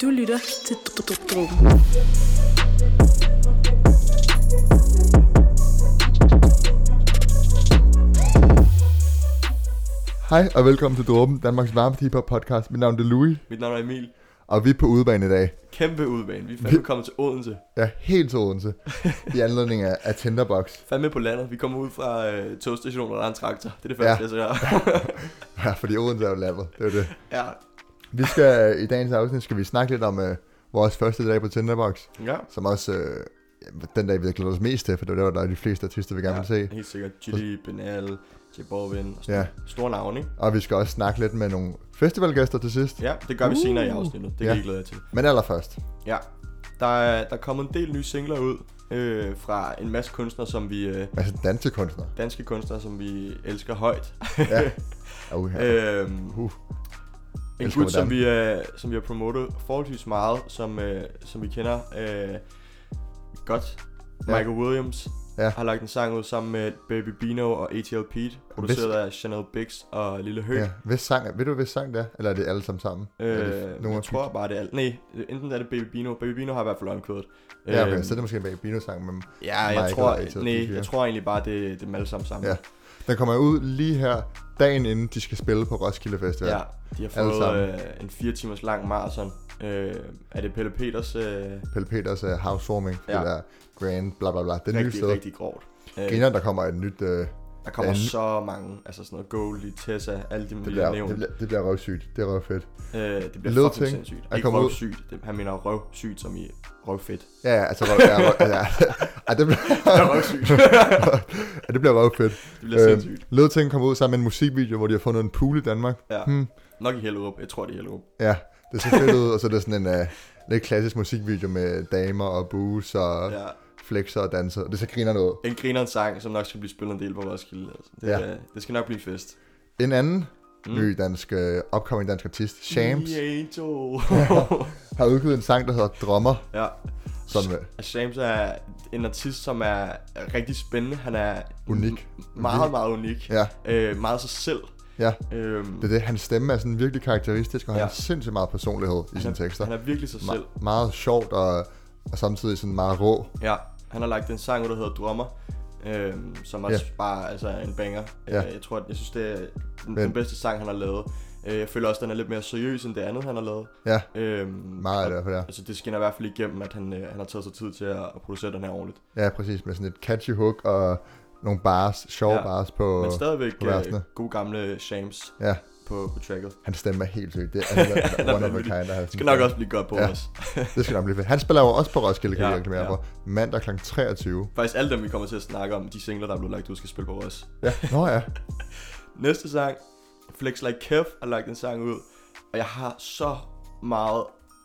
Du lytter til Dråben. Hej og velkommen til Dråben, Danmarks varmeste hiphop podcast. Mit navn er Louis, Mit navn er Emil. og vi er på udebane i dag. Kæmpe udbane. Vi er fandme kommet til Odense. Jeg er helt til Odense, i anledning af, af Tinderbox. Fandme på landet. Vi kommer ud fra øh, togstationen, og der er en traktor. Det er det første, Ja. ja. jeg ser. Ja, fordi Odense er jo landet, det er jo det. ja. Vi skal, i dagens afsnit skal vi snakke lidt om øh, vores første dag på Tinderbox, ja. som også øh, ja, den dag, vi har glædet os mest til, for det var der, der var de fleste artister, vi gerne ville se. Ja, helt sikkert. Chili, Benal, J Borvin. Og Ja. sådan ja. Store navne, ikke? Og vi skal også snakke lidt med nogle festivalgæster til sidst. Ja, det gør vi Uh. senere i afsnittet. Det kan Ja. ja. I glæde jer til. Men allerførst, Ja. Der er, der er kommet en del nye singler ud øh, fra en masse kunstnere, som vi... Øh, altså danske kunstnere. danske kunstnere, som vi elsker højt. Ja. Oh, ja. øhm, Uh. En Elsker gut, som moderne. vi, øh, som vi har promotet forholdsvis meget, som, øh, som vi kender øh, godt. Ja. Ja. Michael Williams Ja. ja. har lagt en sang ud sammen med Baby Bino og ATL Pete, produceret af Chanel Biggs og Lille Høg. Ja. Hvis sang, ved du, hvis sang det er? Eller er det alle sammen sammen? Øh, Er det f- jeg af tror bare, det er alt. Nej, enten er det Baby Bino. Baby Bino har i hvert fald omkødet. Øhm, Ja, okay, Øh, så er det måske en Babino-sang, men ja, jeg Michael tror, og A.T.L. Pete, nej, ja. jeg tror egentlig bare, det, det er dem alle sammen sammen. Ja, den kommer jo ud lige her, dagen inden de skal spille på Roskilde Festival. ja, de har Alle fået sammen. øh, en fire timers lang marathon. Øh, er det Pelle Peters øh, Pelle Peters uh, Housewarming, ja. Ja. det der Grand, bla bla bla, det nye rigtig, sted. rigtig grovt. Øh, Griner, der kommer et nyt, uh, Der kommer Øh, så mange, altså sådan noget Goldie, Tessa, alle dem, det, vi bliver, har det, nævnt. Det bliver, det bliver røvsygt, det er røvfedt. bliver, øh, det bliver Little fucking Thing sindssygt. er Ikke kommet ud. røvsygt, det, han mener røvsygt som i røvfedt. Ja, ja, altså røv, ja, røv, ja, ja, det bliver, Det er røvsygt. ja, det bliver røvfedt. det bliver Øhm, sindssygt. Little Ting kommer ud sammen med en musikvideo, hvor de har fundet en pool i Danmark. Ja. Hmm, Nok i Hellerup, jeg tror det er Hellerup. ja, det ser fedt ud, og så er det sådan en uh, lidt klassisk musikvideo med damer og booze og ja. Ja. flexer og danser. Det ser griner noget. En grineren sang, som nok skal blive spillet en del på Roskilde. Altså. Det, Ja. ja. det skal nok blive en fest. En anden mm. Mm. ny dansk, øh, upcoming dansk artist, Shams, The Angel. har udgivet en sang, der hedder Drømmer, ja. som øh, Og Shams er en artist, som er rigtig spændende. Han er Unik. m- meget, meget unik. Ja. Øh, meget sig selv. Ja. Øhm, det er det, hans stemme er sådan virkelig karakteristisk, og ja. Ja. han har sindssygt meget personlighed i sine han, er, tekster. han er virkelig sig selv. Me- meget sjovt og, og samtidig sådan meget rå. Ja, han har lagt en sang ud, der hedder Drømmer, øh, som også Ja. yeah. bare altså, er en banger. Ja. Øh, Jeg tror, jeg synes, det er den, Men- den bedste sang, han har lavet. Øh, Jeg føler også, den er lidt mere seriøs end det andet, han har lavet. Ja, Øh, meget af det i hvert fald, ja. Altså, det skinner i hvert fald igennem, at han, øh, han har taget sig tid til at, at producere den her ordentligt. Ja, præcis, med sådan et catchy hook og nogle bars, sjove ja. Ja. bars på... Men stadigvæk på øh, versene. god gamle Shams Ja, på, på tracket. hans stemme er helt sygt. Det er altså, er one of a vanvittig. kind. at have sådan Det skal en nok stemme. også blive godt på Ja. ja. os. Det skal nok blive fedt. Han spiller jo også på Roskilde, kan Ja, ja, vi reklamere ja. ja. for. Mandag kl. 23. Faktisk alle dem, vi kommer til at snakke om, de singler, der er blevet lagt ud, skal spille på os. Ja, nå ja. Næste sang, Flex Like Kev har lagt en sang ud, og jeg har så meget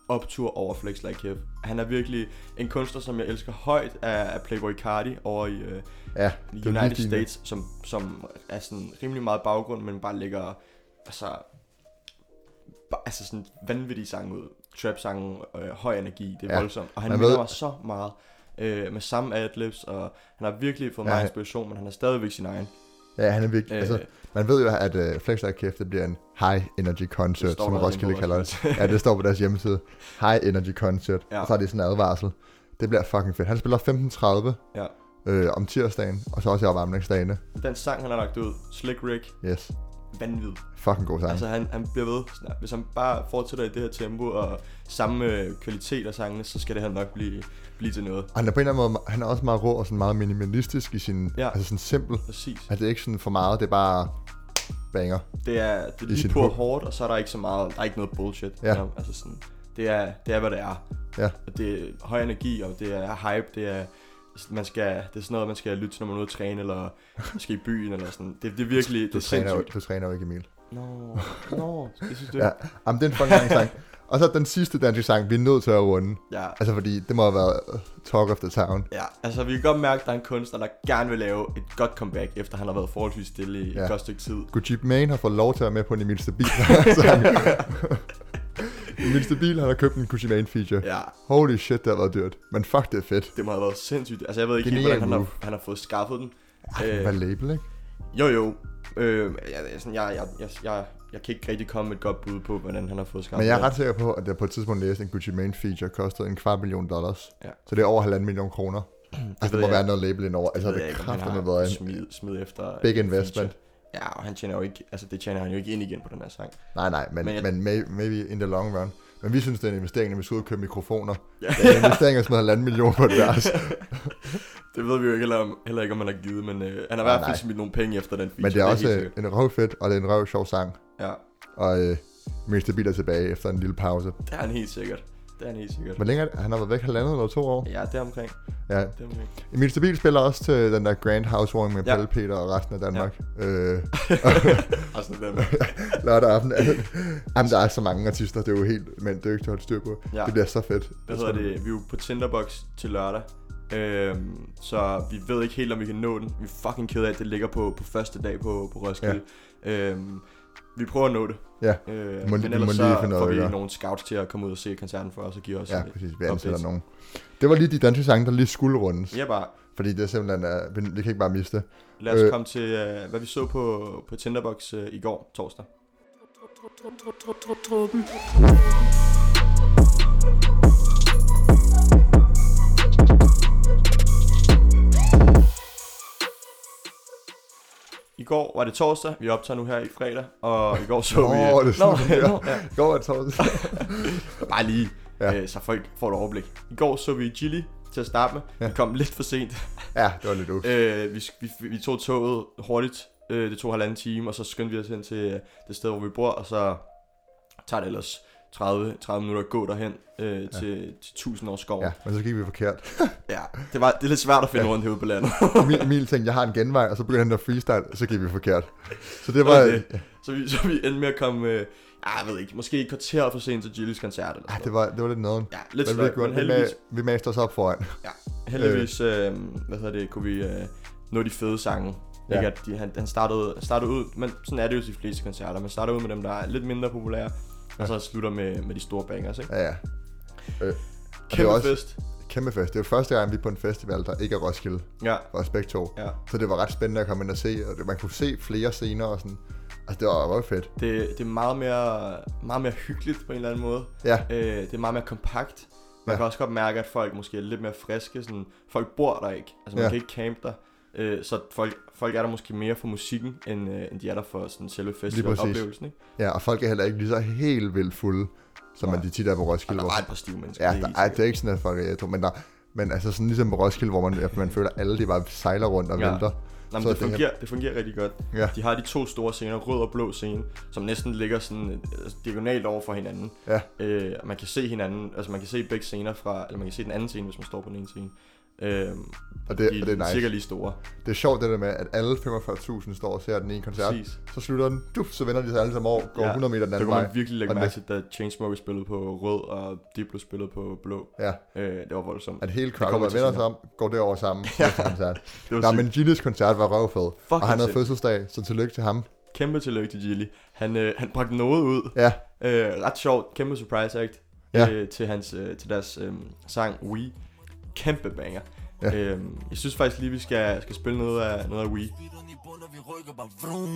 optur over Flex Like Kev. Han er virkelig en kunstner, som jeg elsker højt af af Playboy Cardi over i øh, Ja, det er lige United din- States, som, som er sådan rimelig meget baggrund, men bare lægger altså, ba- altså sådan vanvittige sange ud. Trap-sangen, øh, høj energi, det Ja, er ja, voldsomt. Og han man minder ved- mig så meget øh, med samme adlibs, og han har virkelig fået Ja, ja, meget han- inspiration, men han er stadigvæk sin egen. Ja, han er virkelig... Øh. altså, man ved jo, at øh, Flex Like Kæft, det bliver en high energy concert, Det står som der på Roskilde vores kalder det. ja, det står på deres hjemmeside. High energy concert. Ja. Ja. Og så har de sådan en advarsel. Det bliver fucking fedt. Han spiller 15.30 Ja. øh, om tirsdagen, og så også i opvarmningsdagene. Den sang, han har lagt ud, Slick Rick, Yes. vanvid. Fucking god sang. Altså, han, han bliver ved. Sådan, Hvis han bare fortsætter i det her tempo og samme øh, kvalitet af sangene, så skal det her nok blive, blive til noget. Og han er på en eller anden måde, han er også meget rå og sådan meget minimalistisk i sin, ja. Ja. altså sådan simpel. Præcis. Altså det er ikke sådan for meget, det er bare banger. Det er, det er I sit lige på hook. hårdt, og så er der ikke så meget, der er ikke noget bullshit. Ja. You know? Altså sådan, det er, det er, hvad det er. Ja. Og det er høj energi, og det er hype, det er, man skal, det er sådan noget, man skal lytte til, når man er ude at træne, eller måske i byen, eller sådan. Det, det er virkelig, det Du er træner, jo, sindssygt. du træner jo ikke Emil. Nå, nå, jeg synes det. Ja. Jamen, det er en fucking lang sang. Og så den sidste danske sang, vi er nødt til at runde. ja. Altså fordi, det må have været øh, Talk of the Town. Ja, altså vi kan godt mærke, at der er en kunstner, der gerne vil lave et godt comeback, efter han har været forholdsvis stille i Ja. et godt stykke tid. Gucci Mane har fået lov til at være med på en Emil Stabil sang. Emil Stabil, han har købt en Gucci Mane feature. Ja, Holy shit, det har været dyrt. Men fuck, det er fedt. det må have været sindssygt. Altså jeg ved ikke Genial helt, hvordan han move. har, han har fået skaffet den. Øh, Hvad label, ikke? jo jo, øh, jeg, jeg, sådan- jeg, jeg, jeg, jeg jeg kan ikke rigtig komme med et godt bud på, hvordan han har fået skabt Men jeg er det. ret sikker på, at jeg på et tidspunkt læste, at en Gucci Mane feature kostede en kvart million dollars. Ja. Så det er over halvanden million kroner. Altså, ved det må jeg. være noget label indover. Altså, ved det jeg er ikke, om han kraftigt har med været en... Smid, smid efter... big en investment. feature. Ja, og han tjener jo ikke... Altså, det tjener han jo ikke ind igen på den her sang. Nej, nej, men, Men jeg- men, men may, maybe in the long run. Men vi synes, det er en investering, når vi skal ud og købe mikrofoner. Ja. Ja. Det er en investering af sådan noget halvanden million på et vers. Det ved vi jo ikke heller, om, heller ikke, om han har givet, men øh, han har i Nej, hvert fald nej. smidt nogle penge efter den feature. Men det er også helt øh, sikkert. en røv fedt, og det er en røv sjov sang. Ja, Og øh, Mr. Beat er tilbage efter en lille pause. det er han helt sikkert. Det er han helt sikkert. Hvor længe er det? Han har været væk halvandet eller to år? Ja, det er omkring. Ja. Det er omkring. Emil Stabil spiller også til den der Grand Housewarming med Ja. ja. Pelle Peter og resten af Danmark. Ja. Øh, Altså, det er lørdag aften. Jamen, der er så mange artister, det er jo helt... Men det er jo ikke til at holde styr på. Ja. Ja. Det bliver så fedt. Hvad hedder det? Vi er jo på Tinderbox til lørdag. Øhm, så vi ved ikke helt, om vi kan nå den. Vi er fucking ked af, at det ligger på, på første dag på, på Roskilde. Ja. Øhm, vi prøver at nå det. Ja. Øh, Vi må- vi men må ellers lige så finde noget får at vi gøre. nogle scouts til at komme ud og se koncerten for os og give os Ja, øh, præcis. Vi ansætter updates. nogen. Det var lige de danske sange, der lige skulle rundes. Ja, bare. Fordi det er simpelthen... Uh, vi, vi kan ikke bare miste det. Lad os øh. Øh. komme til, øh, hvad vi så på, på Tinderbox øh, i går, torsdag. Dråben. I går var det torsdag, vi optager nu her i fredag, og i går så vi... Nå, det er sådan, det er. nå, ja. Går var torsdag. Bare lige, ja. Ja. øh, så folk får et overblik. I går så vi Chili til at starte med. Ja. Vi kom lidt for sent. ja, det var lidt ups. Øh, vi, sk- vi, vi tog toget hurtigt. Øh, det tog halvanden time, og så skyndte vi os hen til øh, det sted, hvor vi bor, og så tager det ellers 30, 30 minutter at gå derhen øh, ja. til, til 1000 års skov. Ja, Ja. men så gik vi forkert. ja. Det, var, det er lidt svært at finde ja. rundt herude på landet. Emil, Emil tænkte, jeg har en genvej, og så begyndte han at freestyle, og så gik vi forkert. Så det var... var det. Øh, Så vi, så vi endte med at komme, øh, ah, jeg ved ikke, måske et kvarter for sent til Jillys koncert. Eller Ej, sådan det var, det var lidt noget. noget. Ja, lidt Men vi, svært, gjorde, men vi, mag, heldigvis, vi maste os op foran. heldigvis øh, hvad hedder det, kunne vi øh, nå de fede sange. Ja. Ja. Ikke, at de, han, han startede, startede ud, men sådan er det jo til de fleste koncerter. Man starter ud med dem, der er lidt mindre populære, og så slutter med, med de store bangers. Ikke? Ja, ja. Øh, og det Kæmpe var også... også fest. kæmpe fest. Det var første gang, vi er på en festival, der ikke er Roskilde. Ja, For os begge to. ja. Så det var ret spændende at komme ind og se, og det- man kunne se flere scener og sådan. Altså, det var røv fedt. Det, det er meget mere, meget mere hyggeligt på en eller anden måde. Ja, Øh, det er meget mere kompakt. Man ja. Ja. kan også godt mærke, at folk måske er lidt mere friske. Sådan, folk bor der ikke. Altså, man ja. Ja. kan ikke campe der. Øh, så folk, folk er der måske mere for musikken, end, øh, end de er der for sådan, selve festivaloplevelsen. Ikke? ja, og folk er heller ikke lige så helt vildt fulde, som Nej. man de tit er på Og Roskilde. der hvor- var et par stive mennesker. Ja, er der, helt ej, det sikkert. er ikke sådan, at folk er ædru, men der, men altså sådan ligesom på Roskilde, hvor man, man føler, at alle de bare sejler rundt og Ja. ja. venter. Nå, men så det, det her- fungerer, det fungerer rigtig godt. Ja. De har de to store scener, rød og blå scene, som næsten ligger sådan øh, altså, diagonalt over for hinanden. Ja. Øh, og man kan se hinanden, altså man kan se begge scener fra, eller man kan se den anden scene, hvis man står på den ene scene. Øh, Og det, de og det er nice. cirka lige store. Det er sjovt det der med, at alle 45.000 står og ser den ene koncert, Præcis. så slutter den, dup, så vender de sig alle sammen over, går Ja, ja. 100 meter den Der anden kunne vej. man virkelig lægge Og den mærke til, da Chainsmokers spillede på rød, og Diplo spillede på blå. Ja, Øh, det var voldsomt. at hele crowden kommer bare til vender sig senere. om, går derover sammen ja. til koncert. Det var Nej, sygt. men Gilles koncert var røvfed, og han Fucking havde fedt. fødselsdag, så tillykke til ham. Kæmpe tillykke til Gilly. Han, øh, han bragte noget ud. Ja, Øh, ret sjovt. Kæmpe surprise act Ja. øh, til, hans, øh, til deres øh, sang We. Kæmpe banger. Ja. Ja. Øh, jeg synes faktisk lige, vi skal, skal spille noget af, noget af We. speederen i bund, og vi rykker bare vroom.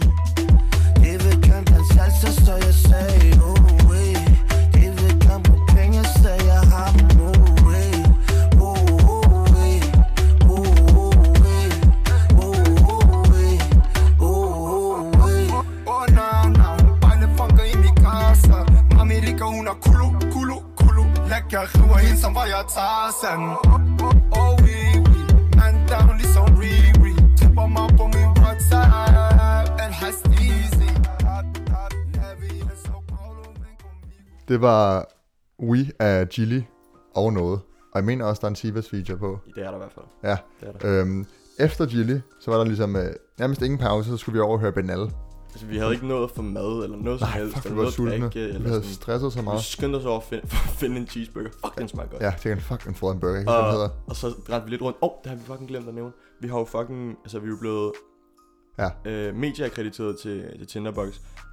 De vil gerne danse salsa, så jeg sagde oh way. De vil gerne bruge penge, så jeg har dem oh way. Oh, oh, way. Oh, oh, way. Oh, oh, way. Oh, oh, way. Oh na na, hun bejler funker i min kasse Mami ligger hun og kulu, kulu, kulu Lækker river hende som var jeg Tarzan Oh, oh oui, oui Man down ligesom Riri Tripper mig på min WhatsApp El has easy det var We af Gilly og noget. Og jeg mener også, der er en Sivas feature på. Det er der i hvert fald. Ja. Det er der. Øhm, efter Gilly, så var der ligesom øh, nærmest ingen pause, så skulle vi overhøre Benal. Altså, vi havde ikke nået at få mad eller noget som Nej, helst. fuck, vi eller var noget at sultne. drikke, Vi eller havde sådan. stresset så Vi meget. skyndte os over at finde, for at finde en cheeseburger. Fuck, den smager godt. Ja, jeg tænkte, fuck, en fået en burger, ikke? Uh, Og, hedder. og så rendte vi lidt rundt. Åh, oh, det har vi fucking glemt at nævne. Vi har jo fucking... Altså, vi er jo blevet... Ja. Øh, medieakkrediteret til, til Tinderbox.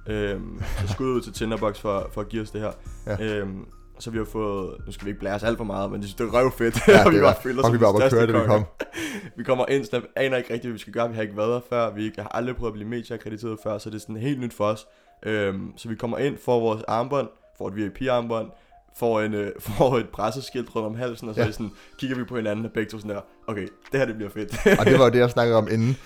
Øhm, så skud ud til Tinderbox for, for at give os det her. Ja. Øhm, så vi har fået... Nu skal vi ikke blære os alt for meget, men det, det er røvfedt. Ja, og det bare var, føler os fuck, som vi var de oppe at største køre, da vi kom. konger. vi kommer ind, snap, aner ikke rigtigt, hvad vi skal gøre. Vi har ikke været der før. Vi ikke, har aldrig prøvet at blive medieakkrediteret før, så det er sådan helt nyt for os. Øhm, så vi kommer ind, får vores armbånd, får et VIP-armbånd, får, en, øh, får et presseskilt rundt om halsen, og så Ja. ja. sådan, kigger vi på hinanden, og begge to sådan der, okay, det her det bliver fedt. Og det var jo det, jeg snakkede om inden,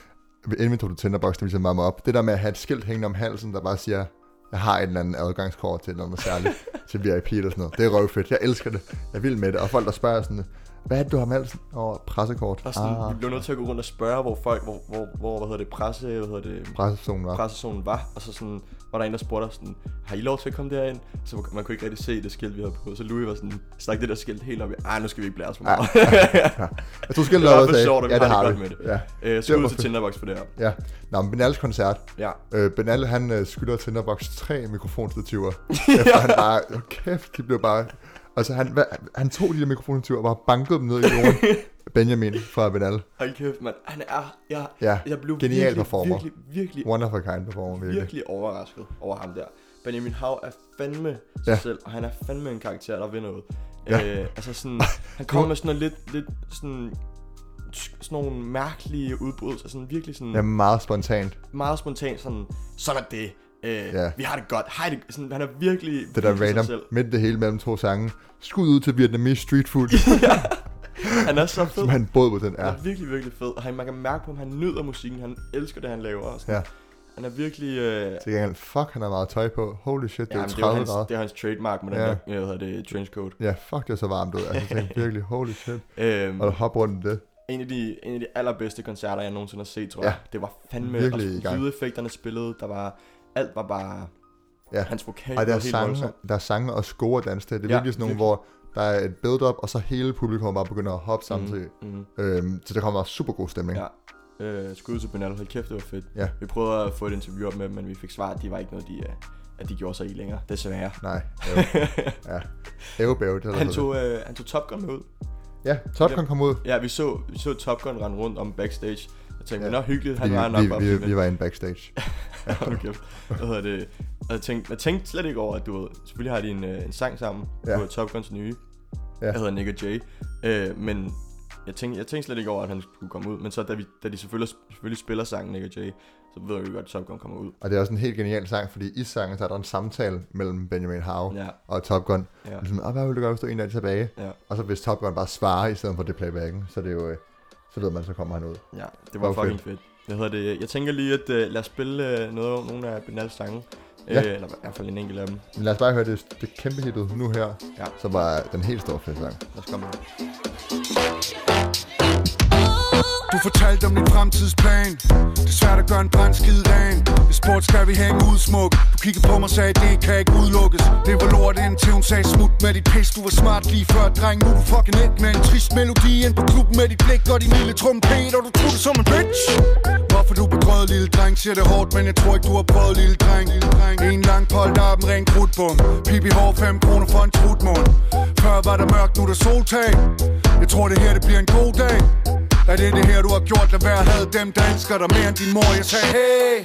inden vi tog til Tinderbox, der viste mig op. Det der med at have et skilt hængende om halsen, der bare siger, jeg har en eller anden adgangskort til noget særligt, til VIP eller sådan noget. Det er røvfedt. Jeg elsker det. Jeg vil med det. Og folk, der spørger sådan, hvad er det, du har om halsen? Og oh, pressekort. og sådan, Ah, vi blev nødt til at gå rundt og spørge, hvor folk, hvor, hvor, hvor hvad hedder det, presse, hvad hedder det, pressezonen var. pressezonen var, og så sådan, var der en, der spurgte os sådan, har I lov til at komme derind? Så man- man kunne ikke rigtig se det skilt, vi havde på, så Louis var sådan, stak det der skilt helt op i, ej, nu skal vi ikke blære os for Ah. meget. Jeg tror, skilt Det var lavede for sagde, sjovt, og vi ja, det har har det vi. godt med det. Ja. øh, så Det ud var til fedt. Tinderbox for det her. ja. Nå, men Benals koncert. Ja. Øh, Benal, han øh, skylder Tinderbox tre mikrofonstativer. Efter han bare, oh, kæft, de blev bare... Altså, han, hvad, han tog de der mikrofonstativer og bare bankede dem ned i jorden. Benjamin fra Benal. Hold kæft, mand. Han er... Jeg, Ja, jeg blev genial virkelig, performer. virkelig, virkelig, One of a kind performer, virkelig. virkelig overrasket over ham der. Benjamin Hav er fandme sig Ja. ja. selv, og han er fandme en karakter, der vil noget. Ja. Øh, altså sådan, han kommer med sådan noget lidt, lidt sådan, sådan nogle mærkelige udbrud, så sådan virkelig sådan Ja, meget spontant. meget spontant sådan, sådan er det, øh, Ja. vi har det godt, hej det, sådan, han er virkelig Det der virkelig sig random, selv. midt i det hele mellem to sange. Skud ud til Vietnamese street food, Han er så fed. som han båd på den er. Han er virkelig, virkelig fed, og han, man kan mærke på, at han nyder musikken, han elsker det, han laver. Og sådan. Ja. Han er virkelig... Øh, Til gengæld, fuck, han har meget tøj på. Holy shit, det er ja, jo men det, er jo 30 hans, grader. det er hans trademark med den Ja. ja. der, jeg hedder det, trenchcoat. Ja, fuck, det er så varmt ud. Altså, jeg tænkte virkelig, holy shit. Øhm, Og der hopper rundt i det. en, af de, en af de allerbedste koncerter, jeg nogensinde har set, tror Ja. jeg. Det var fandme... Virkelig i og gang. lydeffekterne spillede, der var... Alt var bare... Ja. Hans vokal Ej, der er, var helt sange, voldsom. der er sange og score dans til. Det er Ja, virkelig sådan nogle, hvor der er et build-up, og så hele publikum bare begynder at hoppe samtidig. Mm. Øhm, så der kommer super god stemning. Ja. Øh, skud til Benal, hold kæft, det var fedt. Ja. Vi prøvede at få et interview op med dem, men vi fik svar, at de var ikke noget, de, øh, at de gjorde sig i længere. Desværre. Nej, æv. ja. Æv, bæv, det er der Han så tog, øh, han tog Top Gun med ud. det. Ja, Top Gun kom ud. Ja, vi så, vi så Top Gun rende rundt om backstage. Jeg tænkte, Ja. ja. nå hyggeligt, han Fordi var nok vi, bare vi, fint, vi, vi var inde backstage. men- Hold nu kæft. Hvad hedder det? Og jeg tænkte, jeg tænkte slet ikke over, at du ved, selvfølgelig har de en, øh, en sang sammen Ja. ja. på Top Guns nye. Ja. Ja. Jeg hedder Nick og Jay. Øh, men jeg tænkte, jeg tænkte slet ikke over, at han skulle komme ud. Men så da, vi, da de selvfølgelig, selvfølgelig spiller sangen Nick og Jay, så ved jeg jo godt, at Top Gun kommer ud. Og det er også en helt genial sang, fordi i sangen, der er der en samtale mellem Benjamin Hav Ja. og Top Gun. Ja. Ligesom, "Ah, hvad vil du gøre, hvis du er en af de tilbage? Ja. Og så hvis Top Gun bare svarer i stedet for det playbacken, så er det jo, øh, så ved man, så kommer han ud. Ja, det var Okay. fucking fedt. Jeg, hedder det, jeg tænker lige, at uh, lad os spille uh, noget, nogle af Benals sange. Ja. Ja. Uh, eller i hvert fald en enkelt af dem. Men lad os bare høre det, det kæmpe hit ud nu her, Ja. som var den helt store festsang. Lad os komme med. Du fortalte om din fremtidsplan Det er svært at gøre en brændskid ren Jeg spurgte, skal vi hænge ud smuk Du kiggede på mig og sagde, det kan ikke udelukkes Det var lort indtil hun sagde, smut med dit pis Du var smart lige før, dreng, nu er du fucking ikke Med en trist melodi ind på klubben med dit blik Og din lille trompet, og du tog det som en bitch Hvorfor du begrød, lille dreng? Siger det hårdt, men jeg tror ikke, du har prøvet, lille dreng, lille dreng. En lang polterappen, ren krudtbom Pibi hår, 5 kroner for en trutmund Før var der mørkt, nu er der soltag Jeg tror, det her, det bliver en god dag er det det her, du har gjort? Lad være havde dem danskere, der mere end din mor. Jeg sagde, hey,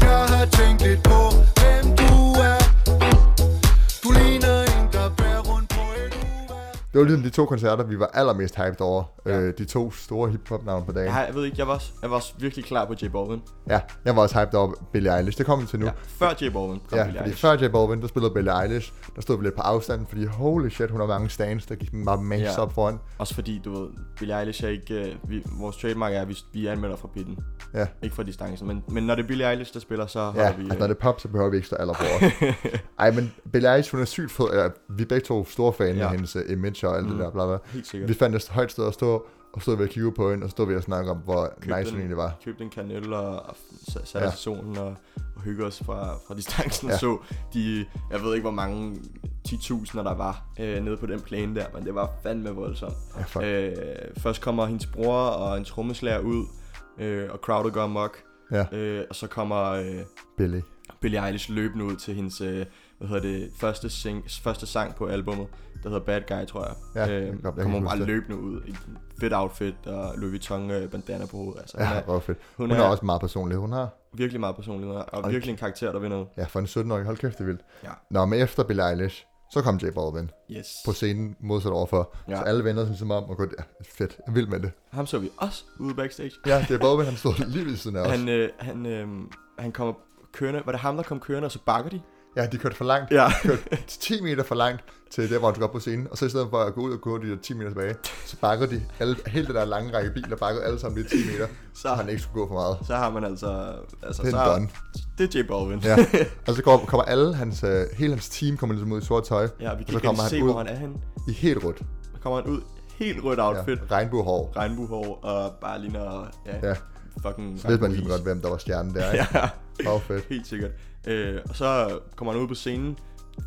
jeg har tænkt lidt på, hvem du er. Du ligner en, der bærer rundt på et uvær. Det var ligesom de to koncerter, vi var allermest hyped over. Ja. Øh, de to store hiphop-navne på dagen. Jeg, har, jeg ved ikke, jeg var, også- jeg var også virkelig klar på J Balvin. Ja, jeg var også hyped over Billie Eilish. Det kommer vi til nu. Ja, Ja, før J Balvin kom ja Billie fordi Eilish. før J Balvin, der spillede Billie Eilish. Der stod vi lidt på afstand, fordi holy shit, hun har mange stands, der gik bare max ja. Ja. op foran. Også fordi, du ved, Billie Eilish er ikke... Uh, vi, vores trademark er, at vi, vi anmelder fra pitten. Ja, Ikke fra distancen, men, men når det er Billie Eilish, der spiller, så ja holder vi... øh, altså, når det er pop, så behøver vi ikke stå alder på os. Ej, men Billie Eilish, hun er sygt fed. Eller, vi er begge to store fan ja. Ja. af hendes øh, image og alt mm. det der, bla bla. Helt sikkert. Vi fandt et højt sted at stå, og stod ved at kigge på hende, og stod ved at snakke om, hvor købte nice hun en- egentlig var. Købte en kanel og, og s- satte Ja. ja. os i solen og, og hyggede os fra, fra distancen ja. Ja. og så de, jeg ved ikke hvor mange 10.000'er der var øh, nede på den plane der, men det var fandme voldsomt. Ja, fuck. øh, først kommer hendes bror og en trommeslager ud, øh, og crowdet går amok, Ja, øh, og så kommer øh, Billie. Billie Eilish løbende ud til hendes, øh, hvad hedder det, første, sing, første sang på albummet, der hedder Bad Guy, tror jeg. Øh, Ja, det kan godt- jeg kan kommer ikke hun bare huske det. løbende ud i en fedt outfit og Louis Vuitton øh, bandana på hovedet. Altså, hun Ja, er- hvor fedt. Hun, hun hun er, er- også meget personlig. Hun har, virkelig meget personlighed, og Hold virkelig en karakter, der vil noget. ja, for en 17-årig, hold kæft, det er vildt. Ja. Nå, men efter Billie Eilish, så kom J Balvin. Yes. på scenen modsat overfor. Ja. Ja. Så alle vender sig ligesom om og går, ja, fedt, jeg er vild med det. Ham så vi også ude backstage. Ja, det er både, han stod lige ved siden af os. Han, øh, han, øh, han kommer, kørende. Var det ham, der kom kørende, og så bakker de? Ja, de kørte for langt. Ja. Kørte 10 meter for langt til der, hvor han skulle op på scenen. Og så i stedet for at gå ud og gå de der 10 meter tilbage, så bakkede de alle, hele den der lange række biler, bakkede alle sammen de 10 meter, så han ikke skulle gå for meget. Så har man altså... altså Den så, done. Det er J Balvin. Ja. Og så kommer, kommer alle hans, øh, hele hans team kommer ligesom ud i sort tøj. ja vi og kan så ikke rigtig kommer han se, ud hvor han er henne. i helt rødt. Så kommer han ud, helt rødt outfit, ja. Ja, regnbuehår. regnbuehår og bare ligner... Ja, Ja. ja. fucking... Så ved man ligesom godt, hvem der var stjernen der, ikke? Ja. Åh, oh, fedt. Helt sikkert. Øh, og så kommer han ud på scenen.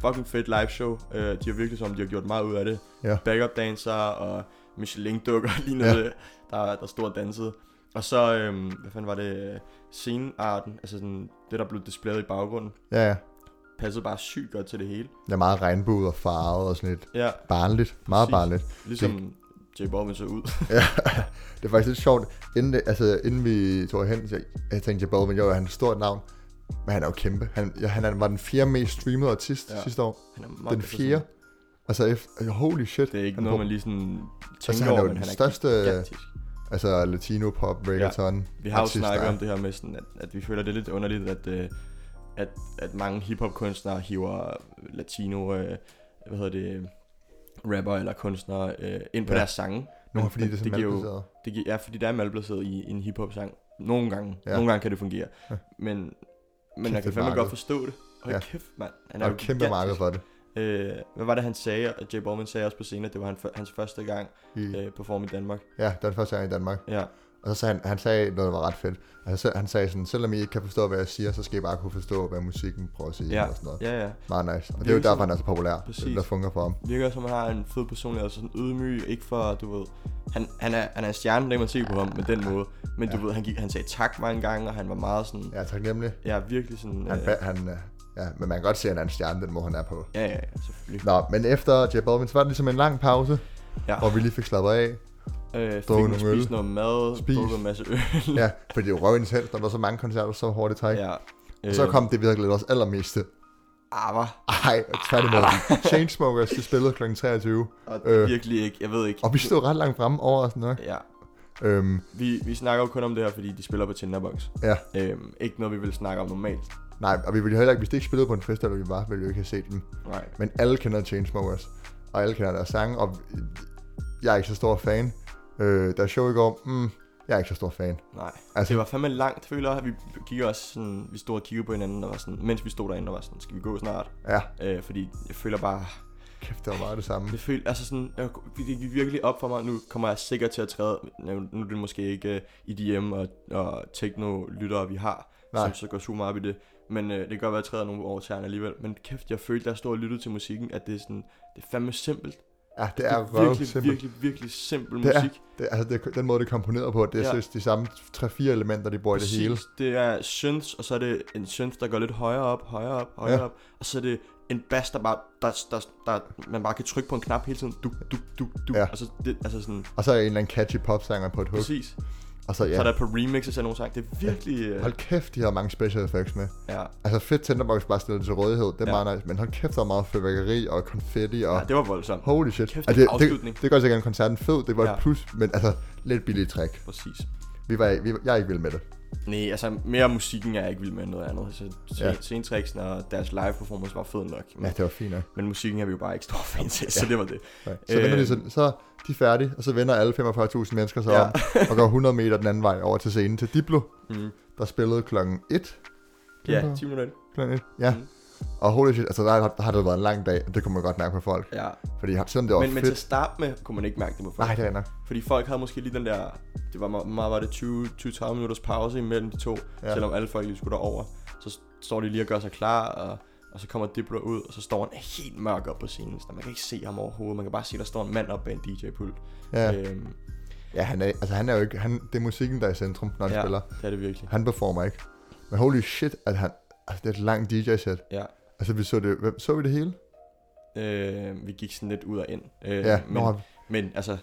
Fucking fedt live show. Øh, de har virkelig som om, de har gjort meget ud af det. Ja. Backup danser og Michelin-dukker lignede ja. Ja. det, der, der stod og dansede. Og så, øhm, hvad fanden var det, scenearten, altså sådan, det der blev displayet i baggrunden, Ja, ja. passede bare sygt godt til det hele. Der er meget regnbue og farvet og sådan lidt Ja, barnligt. Meget Præcis. barnligt. ligesom J Balvin så ud. Ja, det er faktisk lidt sjovt. Inden, det, altså, inden vi tog hen, så jeg tænkte jeg både, men jo, han er et stort navn. Men han er jo kæmpe. Han, ja, han er- var den fjerde mest streamede artist ja. Ja. sidste år. Han er meget Den altså fjerde. Sådan, Og så efter, holy shit. det er ikke han noget, på- man lige sådan Altså, tænker han er jo over, den men han er største- gigantisk. Altså latino pop, reggaeton. Ja. Vi har jo snakket om det her med, sådan, at, at vi føler, det er lidt underligt, at, øh, at, at mange hiphop-kunstnere hiver latino, øh, hvad hedder det, rapper eller kunstnere øh, ind på Ja. ja. deres sange. Nu Men fordi det er det giver jo- sådan Det giver, ja, fordi der er malplaceret i en hiphop-sang. Nogle gange. Ja. Ja. Nogle gange kan det fungere. Ja. Ja. Men, men Kæft, jeg kan det er fandme marked. godt forstå det. Ja. Hold ja. kæft, mand. Han Der er jo et kæmpe marked gigantisk. for det. Øh, hvad var det, han sagde? Og J. Borman sagde også på scenen, at det var han, hans første gang I, øh, perform i Danmark. ja, det var den første gang i Danmark. Ja, Og så sagde han, han sagde noget, der var ret fedt. Altså, han sagde sådan, selvom I ikke kan forstå, hvad jeg siger, så skal I bare kunne forstå, hvad musikken prøver at sige. Ja. Og sådan noget. ja, ja. Meget nice. Og det er jo Virkelig. derfor, han er så populær. Præcis. Det, Præcis. der fungerer for ham. virker som, han har en fed personlighed, altså sådan ydmyg, ikke for, du ved, han, han, er, han er en stjerne, det kan man se på ham med den måde, men du ved, han, gik, han sagde tak mange gange, og han var meget sådan, ja, Ja, taknemmelig. ja virkelig sådan, Han, øh, fa- han, øh, ja, men man kan godt se, at han er en stjerne, den måde, han er på. ja, ja, ja, selvfølgelig. Nå, men efter J Balvin, så var det ligesom en lang pause, Ja. hvor vi lige fik slappet af. Øh, drukket fik noget nogle øl. spist noget mad, Spist. drukket en masse øl, Ja, fordi det var røv intens, når der var så mange koncerter, så hurtigt træk. Ja. ja. øh, ah, Og så kom Ah, det, vi havde glædet os allermest til. Arva, Ej, tværtimod. Chainsmokers, de spillede kl. 23. og Øh. øh. virkelig ikke, jeg ved ikke. Og vi stod ret langt fremme over os nok. Ja, Øhm, vi, vi snakker jo kun om det her, fordi de spiller på Tinderbox. ja, Øhm, ikke noget, vi vil snakke om normalt. nej, og vi ville jo heller ikke, hvis det ikke spillede på en festival, hvor vi var, ville vi jo ikke have set dem. Nej. Men alle kender Chainsmokers, og alle kender deres sange, og jeg er ikke så stor fan. Øh, der er show i går, mm, jeg er ikke så stor fan. Nej. Altså- Altså, det var fandme langt, føler jeg. Vi gik også sådan, vi stod og kiggede på hinanden, og var sådan, mens vi stod derinde, og var sådan, skal vi gå snart? Ja, Øh, fordi jeg føler bare, kæft, det var meget det samme. det føler, altså sådan, jeg, det gik virkelig op for mig, nu kommer jeg sikkert til at træde, nu, nu er det måske ikke uh, IDM og, og techno-lyttere, vi har, Nej. Nej. som så går super meget op i det, men øh, det kan godt være, at jeg træder nogle over tæerne alligevel, men kæft, jeg følte, da jeg stod og lyttede til musikken, at det er sådan, det er fandme simpelt. Ja, det Det er er røv virkelig, simpelt. virkelig, virkelig simpel Det er, musik. det, altså det, er- den måde, det er komponeret på, det er Ja. ja. de samme 3-4 elementer, de bruger i det Præcis. hele. Det er synths, og så er det en synth, der går lidt højere op, højere op, højere Ja. ja. op. Og så er det en bass, der bare, der, der, der, man bare kan trykke på en knap hele tiden. Du, du, du, du. Ja. Og så det, altså sådan, Og så er en eller anden catchy popsanger på et hook. præcis. Og så, Ja. ja, Så er der på remixes af nogle sang. Det er virkelig, øh, hold kæft, de har mange special effects med. ja. Altså fedt, Tinderbox bare stillet til rådighed, det er ja. Ja. meget nice. Men hold kæft, der er meget fyrværkeri og konfetti og... ja, det var voldsomt. Holy shit. Kæft, Altså, det er det, afslutning. det, det gør sikkert en koncerten fed, det var ja. Ja. et plus, men altså lidt billigt træk. Præcis. Vi var, vi, var- jeg er ikke vild med det. Nej, altså mere musikken er jeg ikke vild med end noget andet. Så Ja. ja. scenetræksen og deres live performance var fed nok. Men, Ja, ja. det var fint nok. men musikken er vi jo bare ikke store fans af, så det var det. Nej. Så, øh, de Øh. sådan, så de er færdige, og så vender alle 45.000 mennesker sig ja. Ja. om, og går 100 meter den anden vej over til scenen til Diplo, Mm. der spillede klokken 1. Ja, 10 minutter. ind. Klokken 1, ja. Mm. Mm. Og holy shit, altså der, har- der har det været en lang dag, og det kunne man godt mærke på folk. Ja. Fordi selvom det var Men, men fedt... til at starte med, kunne man ikke mærke det på folk. Nej, det er nok. Fordi folk havde måske lige den der, det var meget, meget var det 20 20-30 minutters pause imellem de to, Ja. ja. selvom alle folk lige skulle derover. Så s- står de lige og gør sig klar, og, og så kommer Diplo ud, og så står han helt mørk op på scenen. Så man kan ikke se ham overhovedet, man kan bare se, der står en mand op bag en DJ-pult. Ja. øhm, Ja, han er, altså han er jo ikke... Han, det er musikken, der er i centrum, når han ja ja. spiller. det er det virkelig. Han performer ikke. Men holy shit, at han... Altså, det er et langt DJ-sæt. Ja. Altså, vi så det... hvem- Så vi det hele? Øh, vi gik sådan lidt ud og ind. Øh, Ja, men, nå, men altså,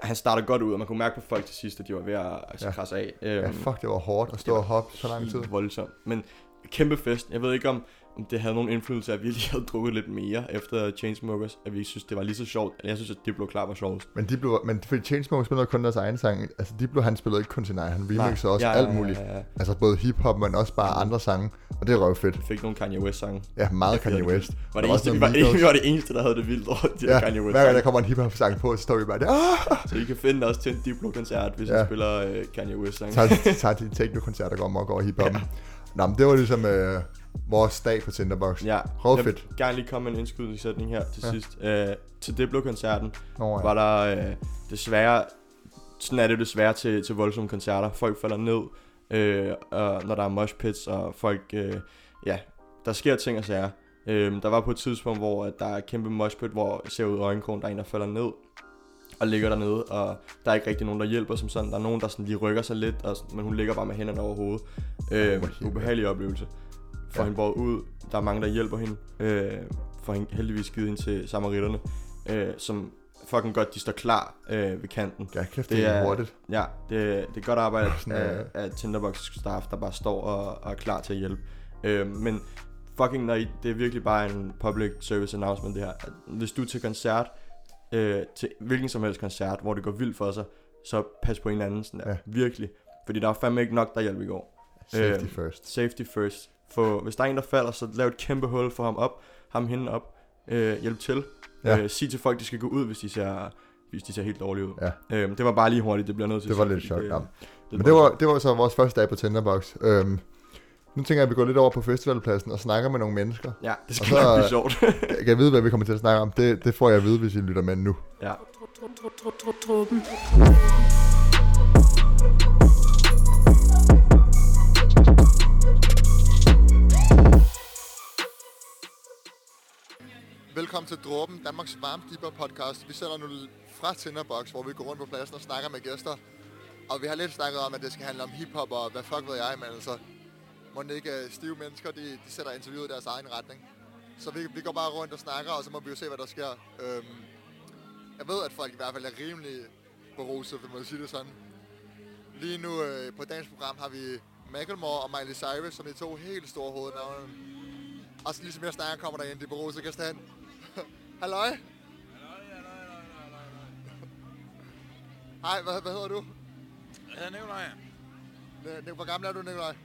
han starter godt ud, og man kunne mærke på folk til sidst, at de var ved at altså, Ja. ja. krasse af. Øhm, ja, fuck, det var hårdt at stå det var og hoppe så lang helt tid. voldsomt. Men kæmpe fest. Jeg ved ikke om, det havde nogen indflydelse, at vi lige havde drukket lidt mere efter Chainsmokers, at vi ikke synes, det var lige så sjovt. Jeg synes, at Diplo klar var sjovest. Men, de blev, men fordi Chainsmokers spillede kun deres egen sang. Altså, de blev, han spillede ikke kun sin egen. Han remixede også alt muligt. Ja, ja, ja. Altså både hiphop, men også bare andre sange. Og det er røvfedt. Fik nogle Kanye West-sange. Ja, meget havde Kanye det West. Var Der det, eneste, også vi, var, noget Migos. vi var det eneste, der havde det vildt over de Ja, der Kanye West. hver gang der kommer en hiphop sang på, så står vi bare der. Ah! Så I kan finde os til en Diplo-koncert, hvis ja. Ja. I spiller øh, Kanye West-sange. tager, tager de techno-koncerter går mok over hiphoppen. Ja. Nå, men det var ligesom øh, vores dag på Tinderbox. Ja, Røvfedt. Jeg vil gerne lige komme med en indskydningssætning her til ja. sidst. Øh, til Diplo-koncerten Nå, ja. var der øh, desværre, sådan er det jo desværre til, til voldsomme koncerter. Folk falder ned, øh, og når der er mosh pits, og folk, øh, ja, der sker ting og sager. Øh, der var på et tidspunkt, hvor at der er et kæmpe mosh pit, hvor jeg ser ud af øjenkrogen, der er en, der falder ned og ligger dernede, og der er ikke rigtig nogen, der hjælper som sådan. Der er nogen, der sådan lige rykker sig lidt, og, sådan- men hun ligger bare med hænderne over hovedet. Øh, hvor helt ubehagelig oplevelse. Får Ja. ja. hende båret ud. Der er mange, der hjælper hende. Øh, får hende heldigvis givet hende til samaritterne, øh, som fucking godt, de står klar øh, ved kanten. Ja, kæft, det, det er hurtigt. Ja, det, det er godt arbejde Sådan, af, øh. af Tinderbox staff, der bare står og, og er klar til at hjælpe. Øh, men fucking, når I, det er virkelig bare en public service announcement, det her. At Hvis du er til koncert, øh, til hvilken som helst koncert, hvor det går vildt for sig, så pas på hinanden sådan der. Ja. Ja. Virkelig. Fordi der var fandme ikke nok, der hjalp i går. Safety Øh, first. Safety first. For hvis der er en, der falder, så lav et kæmpe hul for ham op, ham hende op. Øh, hjælp til. Ja. Ja. Øh, sig til folk, de skal gå ud, hvis de ser, hvis de ser helt dårlige ud. Ja. Øh, det var bare lige hurtigt, det bliver jeg nødt til. Det at var sige, lidt fordi sjovt, ja. det Men det var, det var så vores første dag på Tinderbox. Øhm, nu tænker jeg, at vi går lidt over på festivalpladsen og snakker med nogle mennesker. Ja, det Og skal så- nok blive sjovt. Kan jeg vide, hvad vi kommer til at snakke om? Det, det får jeg at vide, hvis I lytter med nu. ja. Dråben. Velkommen til Dråben, Danmarks varmdipper podcast. Vi sender nu fra Tinderbox, hvor vi går rundt på pladsen og snakker med gæster. Og vi har lidt snakket om, at det skal handle om hiphop og hvad fuck ved jeg, men altså... Må det ikke øh, stive mennesker, de, de sætter interviewet i deres egen retning. Så vi, vi går bare rundt og snakker, og så må vi jo se, hvad der sker. Øhm, jeg ved, at folk i hvert fald er rimelig beruset, hvis man må sige det sådan. Lige nu øh, på dagens program har vi Macklemore og Miley Cyrus, som er de to helt store hovednavne. Og så ligesom jeg snakker, kommer der ind i Borussia Kastan. Halløj? Hej, hvad, hvad hedder du? Jeg hedder Nikolaj. Ne- Ne- Hvor gammel er du, Nikolaj?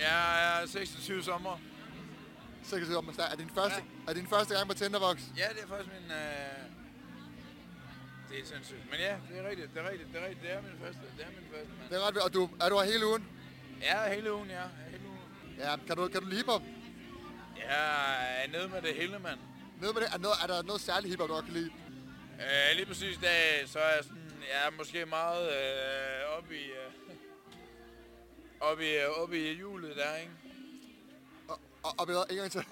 Jeg er 26 sommer. 26 år, men er din første, er din første gang på Tinderbox? Ja, det er faktisk min... Øh... Det er sindssygt. Men ja, det er rigtigt, det er rigtigt, det er rigtigt. Det er min første, det er min første, mand. Det er ret vildt. Og du, er du her hele ugen? Ja, hele ugen, ja. Jeg er Hele ugen. Ja, kan du, kan du lide hiphop? Jeg er nede med det hele, mand. Nede med det, er, noget, er der noget særligt hiphop, du godt kan lide? Øh, lige præcis dag, så er jeg sådan... Jeg er måske meget øh, oppe i... Øh, oppe i, øh, oppe i hjulet der, ikke? Og, og, og bedre, en gang til.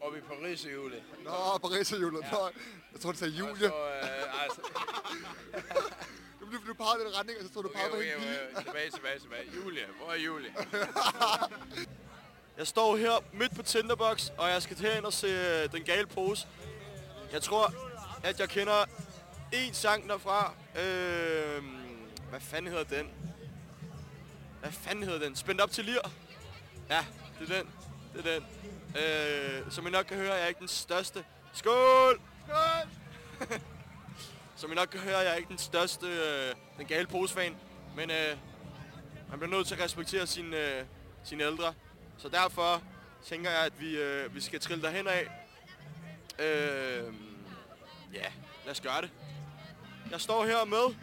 Oppe i Paris i hjulet. Nå, Paris og julen. Ja. Jeg tror, du sagde Og Julie. så, øh, altså, Du, du, du pegede i den retning, og så tror du okay, pegede på okay, hende. lige. okay, tilbage, tilbage, tilbage. Julie, hvor er Julie? Jeg står her midt på Tinderbox, og jeg skal hen og se øh, Den Gale Pose. Jeg tror, at jeg kender én sang derfra. Øh, hvad fanden hedder den? Hvad fanden hedder den? Spændt op til lir? Ja, det er den. Det er den. Øh, som I nok kan høre, jeg er ikke den største. Skål! Skål! som I nok kan høre, jeg er ikke den største øh, Den Gale Pose-fan. Men øh, man bliver nødt til at respektere sine, øh, sine ældre. Så derfor tænker jeg, at vi, øh, vi skal trille derhen af. Øh, ja, lad os gøre det. Jeg står her med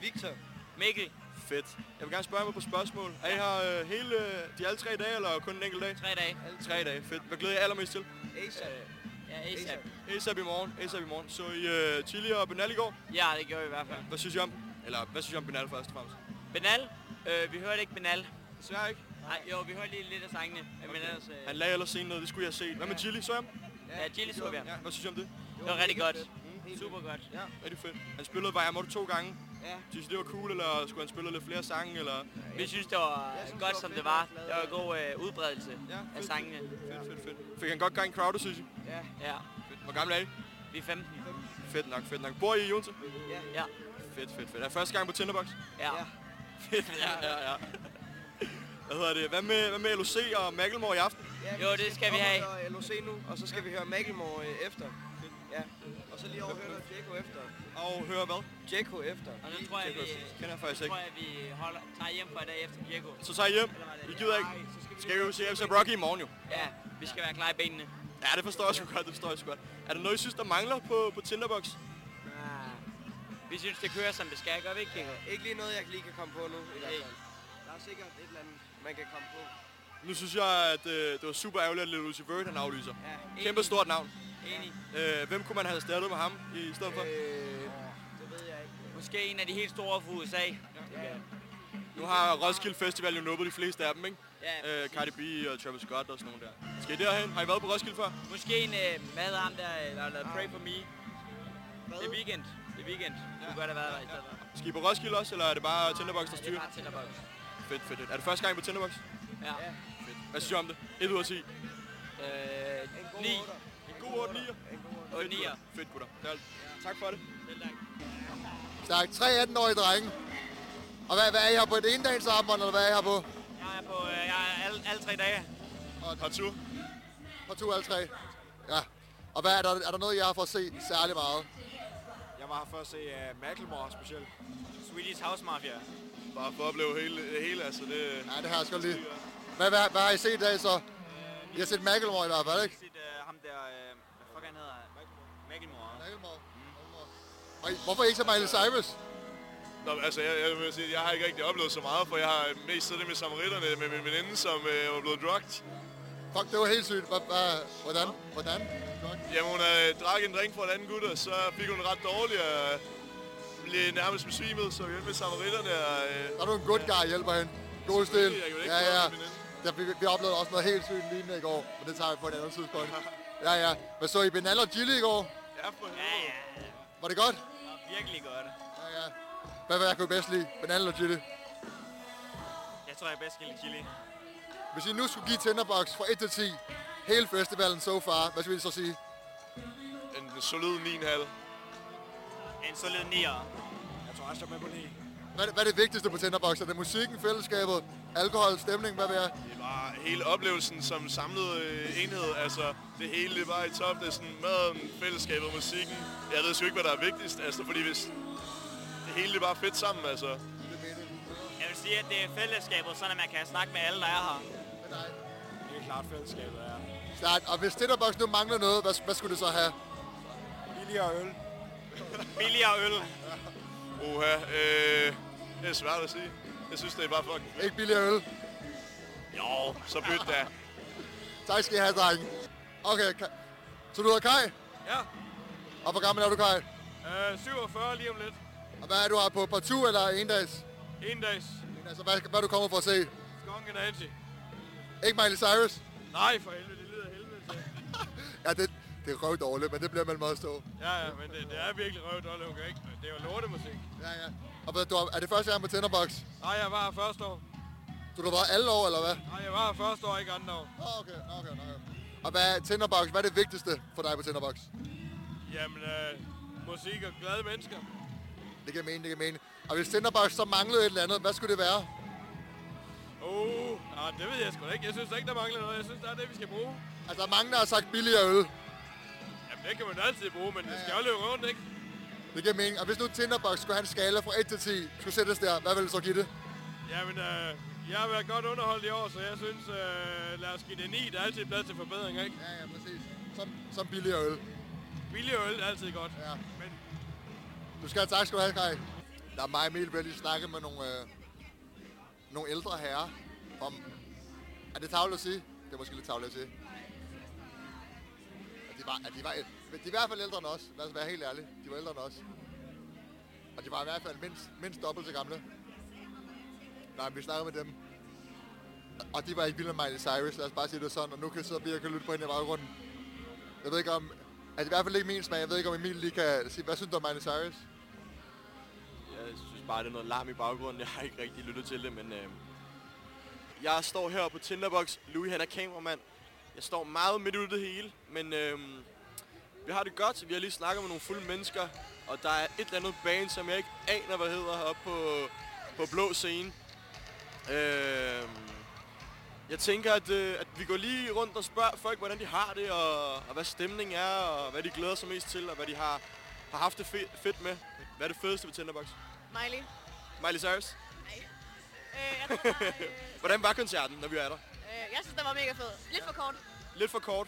Victor Mikkel. Fedt. Jeg vil gerne spørge mig på spørgsmål. Er I her øh, hele øh, de alle tre dage, eller kun en enkelt dag? Tre dage. Øh, Alle tre dage. Fedt. Hvad glæder jeg allermest til? Ja, ASAP. ASAP i morgen. ASAP i morgen. Så I øh, Chili og Benal i går. Ja, det gjorde vi i hvert fald. Hvad synes I om? dem? Eller hvad synes I om Benal først og fremmest? Benal? Øh, vi hørte ikke Benal. Desværre ikke. Nej, jo, vi hørte lige lidt af sangene. Okay. Men ellers... Øh, Han lagde ellers scenen noget, det skulle jeg have set. Hvad med Chili, så jeg? ja, Chili så vi. ham. Hvad synes I om det? Det var rigtig godt. Super godt. Ja, rigtig fedt. Han spillede bare Amorto to gange. Ja. Synes I, det var cool, eller skulle han spille lidt flere sange, eller... Vi synes, det var øh, godt, som det var. Det var en god øh, udbredelse Ja, af fedt. sangene. Fedt, fedt, fedt. Fik han godt gang i crowdet, synes I? Ja. ja. Fedt. Hvor gammel er I? Vi er 15. Fedt nok, fedt nok. Bor I i Jonse? Ja. Fedt, fedt, fedt. Er det første gang på Tinderbox? Ja. Fedt, ja, ja, ja. Hvad hedder det? Hvad med, hvad med LOC og Macklemore i aften? Jo, det skal vi have. Og LOC nu, og så skal vi høre Macklemore øh, efter. Ja, og så lige overhøre noget Jekko efter. Og høre hvad? Jekko efter. Og så tror jeg, vi, Kender jeg faktisk så ikke. tror jeg, vi holder, tager hjem for i dag efter Diego. Så tager I hjem. I gider ikke. Skal vi jo se FC Rocky i morgen jo. Ja, vi skal være klar i benene. Ja, det forstår jeg sgu godt, det forstår jeg sgu godt. Er der noget, I synes, der mangler på, på Tinderbox? Vi synes, det kører, som det skal. Gør vi ikke, Diego? Ikke lige noget, jeg lige kan komme på nu. I hvert fald. Der er sikkert et eller andet, man kan komme på. Nu synes jeg, at øh, det var super ærgerligt, at Lil Uzi Vert, han aflyser. Ja, Kæmpe stort navn. Enig. Øh, hvem kunne man have erstattet med ham i stedet for? øh, det ved jeg ikke. Måske en af de helt store fra USA. Ja, Nu har Roskilde Festival jo nubbet de fleste af dem, ikke? Ja, Øh, Cardi B og Travis Scott og sådan nogle der. Skal I derhen? Har I været på Roskilde før? Måske en, øh, hvad hedder ham der, øh, der har lavet Pray For Me? Det er weekend. Det er weekend. Du kunne godt have været der i stedet for. Skal I på Roskilde også, eller er det bare Tinderbox, der Ja, det er styrer? bare Tinderbox. Fedt, fedt, fedt. Er det første gang I er på Tinderbox? Ja. Hvad synes I om det? 1 ud af 10. Øh, en god 9. otter. En god 8 9'er. En god otter. Og 9'er. Fedt, gutter. Det er alt. Tak for det. Tak, tre 18-årige drenge. Og hvad, hvad er I her på? Et endagsarmbånd, eller hvad er I her på? Jeg er på øh, jeg er alle, alle tre dage. Har tur. På to alle tre. Ja. Og hvad, er, der, er der noget, jeg har for at se særlig meget? Jeg var her for at se uh, Macklemore specielt. Swedish House Mafia. Bare for at opleve hele, det hele altså. Det, Ja, det har jeg sgu lige. Hvad, hvad, hvad har I set i dag så? I har set Macklemore i hvert fald, ikke? Sit, øh, ham der, øh, hvad fuck han hedder? Macklemore. Macklemore. Og I- hvorfor ikke så Miley Cyrus? Nå, altså, jeg, jeg, vil sige, jeg har ikke rigtig oplevet så meget, for jeg har mest siddet med samaritterne med min veninde, som øh, var blevet drugt. Fuck, det var helt sygt. Hvad, hvad, hvordan? Hvordan? Godt. Jamen, hun øh, drak en drink fra en anden gut, og så fik hun ret dårlig og øh, blev nærmest besvimet, så vi endte med samaritterne. Og, øh, Der er du en good guy, hjælper hende. God stil. jeg kan vel ikke Ja, få ja. ham i min ende. Der, vi, vi oplevede også noget helt sygt lignende i går, men det tager vi på et andet tidspunkt. Ja, ja. Hvad så I Benal og Gilly i går? ja, for Ja, helvede. ja. Var det godt? Det var virkelig godt. Ja, ja. Hvad var jeg kunne I bedst lide? Benal eller Gilly? Jeg tror, jeg bedst kan lide chili. Hvis I nu skulle give Tinderbox fra 1 til 10, hele festivalen so far, hvad skulle I så sige? En solid 9,5. En solid 9'er. Jeg tror også, jeg er med på 9. Hvad, hvad er det vigtigste på Tinderbox? Er det musikken, fællesskabet, alkohol, stemning, hvad ved jeg? Det var hele oplevelsen som samlet øh, enhed, altså det hele det var i top, det er sådan maden, fællesskabet, musikken. Jeg ved sgu ikke, hvad der er vigtigst, altså fordi hvis det hele det var fedt sammen, altså. Jeg vil sige, at det er fællesskabet, sådan at man kan snakke med alle, der er her. Det er klart fællesskabet er. Klart. Og hvis Tinderbox nu mangler noget, hvad, hvad skulle det så have? Billigere øl. Billigere øl. Oha, øh, det er svært at sige. Jeg synes, det er bare fucking fedt. Ikke billig øl. Jo, så byt da. Tak skal I have, drenge. Okay, Ka- så du hedder Kai? Ja. Og hvor gammel er du, Kai? Øh, 47 lige om lidt. Og hvad er du her på? Partout eller endags? En dags. Altså, hvad, hvad er du kommet for at se? Skonken er anti. Ikke Miley Cyrus? Nej, for helvede, det lyder helvede. Ja, det, det er røv dårligt, men det bliver man meget stå. Ja, ja, men det, det er virkelig røvet dårligt, ikke? Det er jo lortemusik. Ja, ja. Og hvad, du har, er det første gang på Tinderbox? Nej, jeg var her første år. Du har været alle år, eller hvad? Nej, jeg var her første år, ikke andre år. Ah, okay, okay, okay. Og hvad er Tinderbox? Hvad er det vigtigste for dig på Tinderbox? Jamen, øh, musik og glade mennesker. Det kan jeg mene, det kan jeg mene. Og hvis Tinderbox så manglede et eller andet, hvad skulle det være? Oh, nej, det ved jeg sgu da ikke. Jeg synes da ikke, der mangler noget. Jeg synes, der er det, vi skal bruge. Altså, der er mange, der har sagt billigere øl. Jamen, det kan man altid bruge, men det skal jo løbe rundt, ikke? Det giver mening. Og hvis nu Tinderbox skulle have en skala fra 1 til 10, skulle sættes der, hvad ville du så give det? Jamen, øh, jeg har været godt underholdt i år, så jeg synes, øh, lad os give det 9. Der er altid plads til forbedring, ikke? Ja, ja, præcis. Som, som billigere øl. Billig øl er altid godt. Ja. Men Du skal have tak, skal du have, Kai. Der er mig og Emil, vi har lige snakket med nogle, øh, nogle ældre herrer. Om, er det tavlet at sige? Det er måske lidt tavlet at sige. At de, var, at de, var, men de er i hvert fald ældre end os. Lad os være helt ærlige. De var ældre end os. Og de var i hvert fald mindst, mindst dobbelt så gamle. Nej, vi snakkede med dem. Og de var ikke vilde med Miley Cyrus, lad os bare sige det sådan. Og nu kan så vi og kan lytte på hende i baggrunden. Jeg ved ikke om... Altså i hvert fald ikke min smag. Jeg ved ikke om Emil lige kan sige, hvad synes du om Miley Cyrus? Jeg synes bare, det er noget larm i baggrunden. Jeg har ikke rigtig lyttet til det, men... Øh, jeg står her på Tinderbox. Louis, han er kameramand. Jeg står meget midt ude i det hele, men øh, øhm, vi har det godt. Vi har lige snakket med nogle fulde mennesker, og der er et eller andet band, som jeg ikke aner, hvad hedder heroppe på, på blå scene. Øhm, Øh, Jeg tænker, at, øh, at vi går lige rundt og spørger folk, hvordan de har det, og, og hvad stemningen er, og hvad de glæder sig mest til, og hvad de har, har haft det fe- fedt med. Hvad er det fedeste ved Tinderbox? Miley. Miley Cyrus, Øh, jeg, tror bare, øh, hvordan var koncerten, når vi er der? øh, jeg synes, den var mega fed. Lidt for kort. Lidt for kort.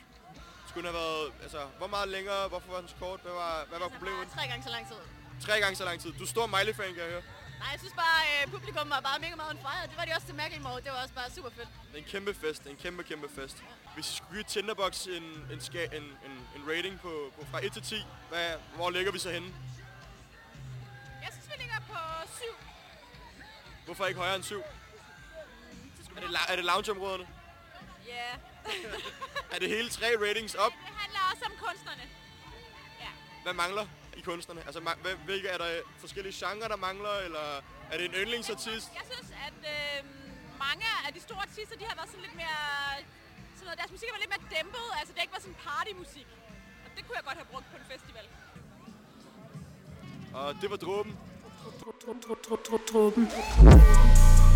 Skulle den have været, altså, hvor meget længere, hvorfor var den så kort, hvad var, hvad var problemet? Bare tre gange så lang tid. Tre gange så lang tid. Du er stor Miley-fan, kan jeg høre. Nej, jeg synes bare, øh, publikum var bare mega meget on fire. Det var de også til Macklemore. Det var også bare super fedt. Det er en kæmpe fest, det er en kæmpe, kæmpe fest. Hvis vi skulle give Tinderbox en, en, ska, en, en, en rating på, på, fra 1 til 10, hvad, hvor ligger vi så henne? Jeg synes, vi ligger på syv. Hvorfor ikke højere end 7? Er det, la- er det loungeområderne? Ja. Er det hele tre ratings op? det handler også om kunstnerne. Hvad mangler i kunstnerne? Altså, ma- hvad, hvilke, er der forskellige genrer, der mangler, eller er det en yndlingsartist? Jeg synes, at øh, mange af de store artister, de har været sådan lidt mere... Sådan noget, deres musik var lidt mere dæmpet. Altså, det ikke var sådan partymusik. Og det kunne jeg godt have brugt på en festival. Og det var dråben. Truppen.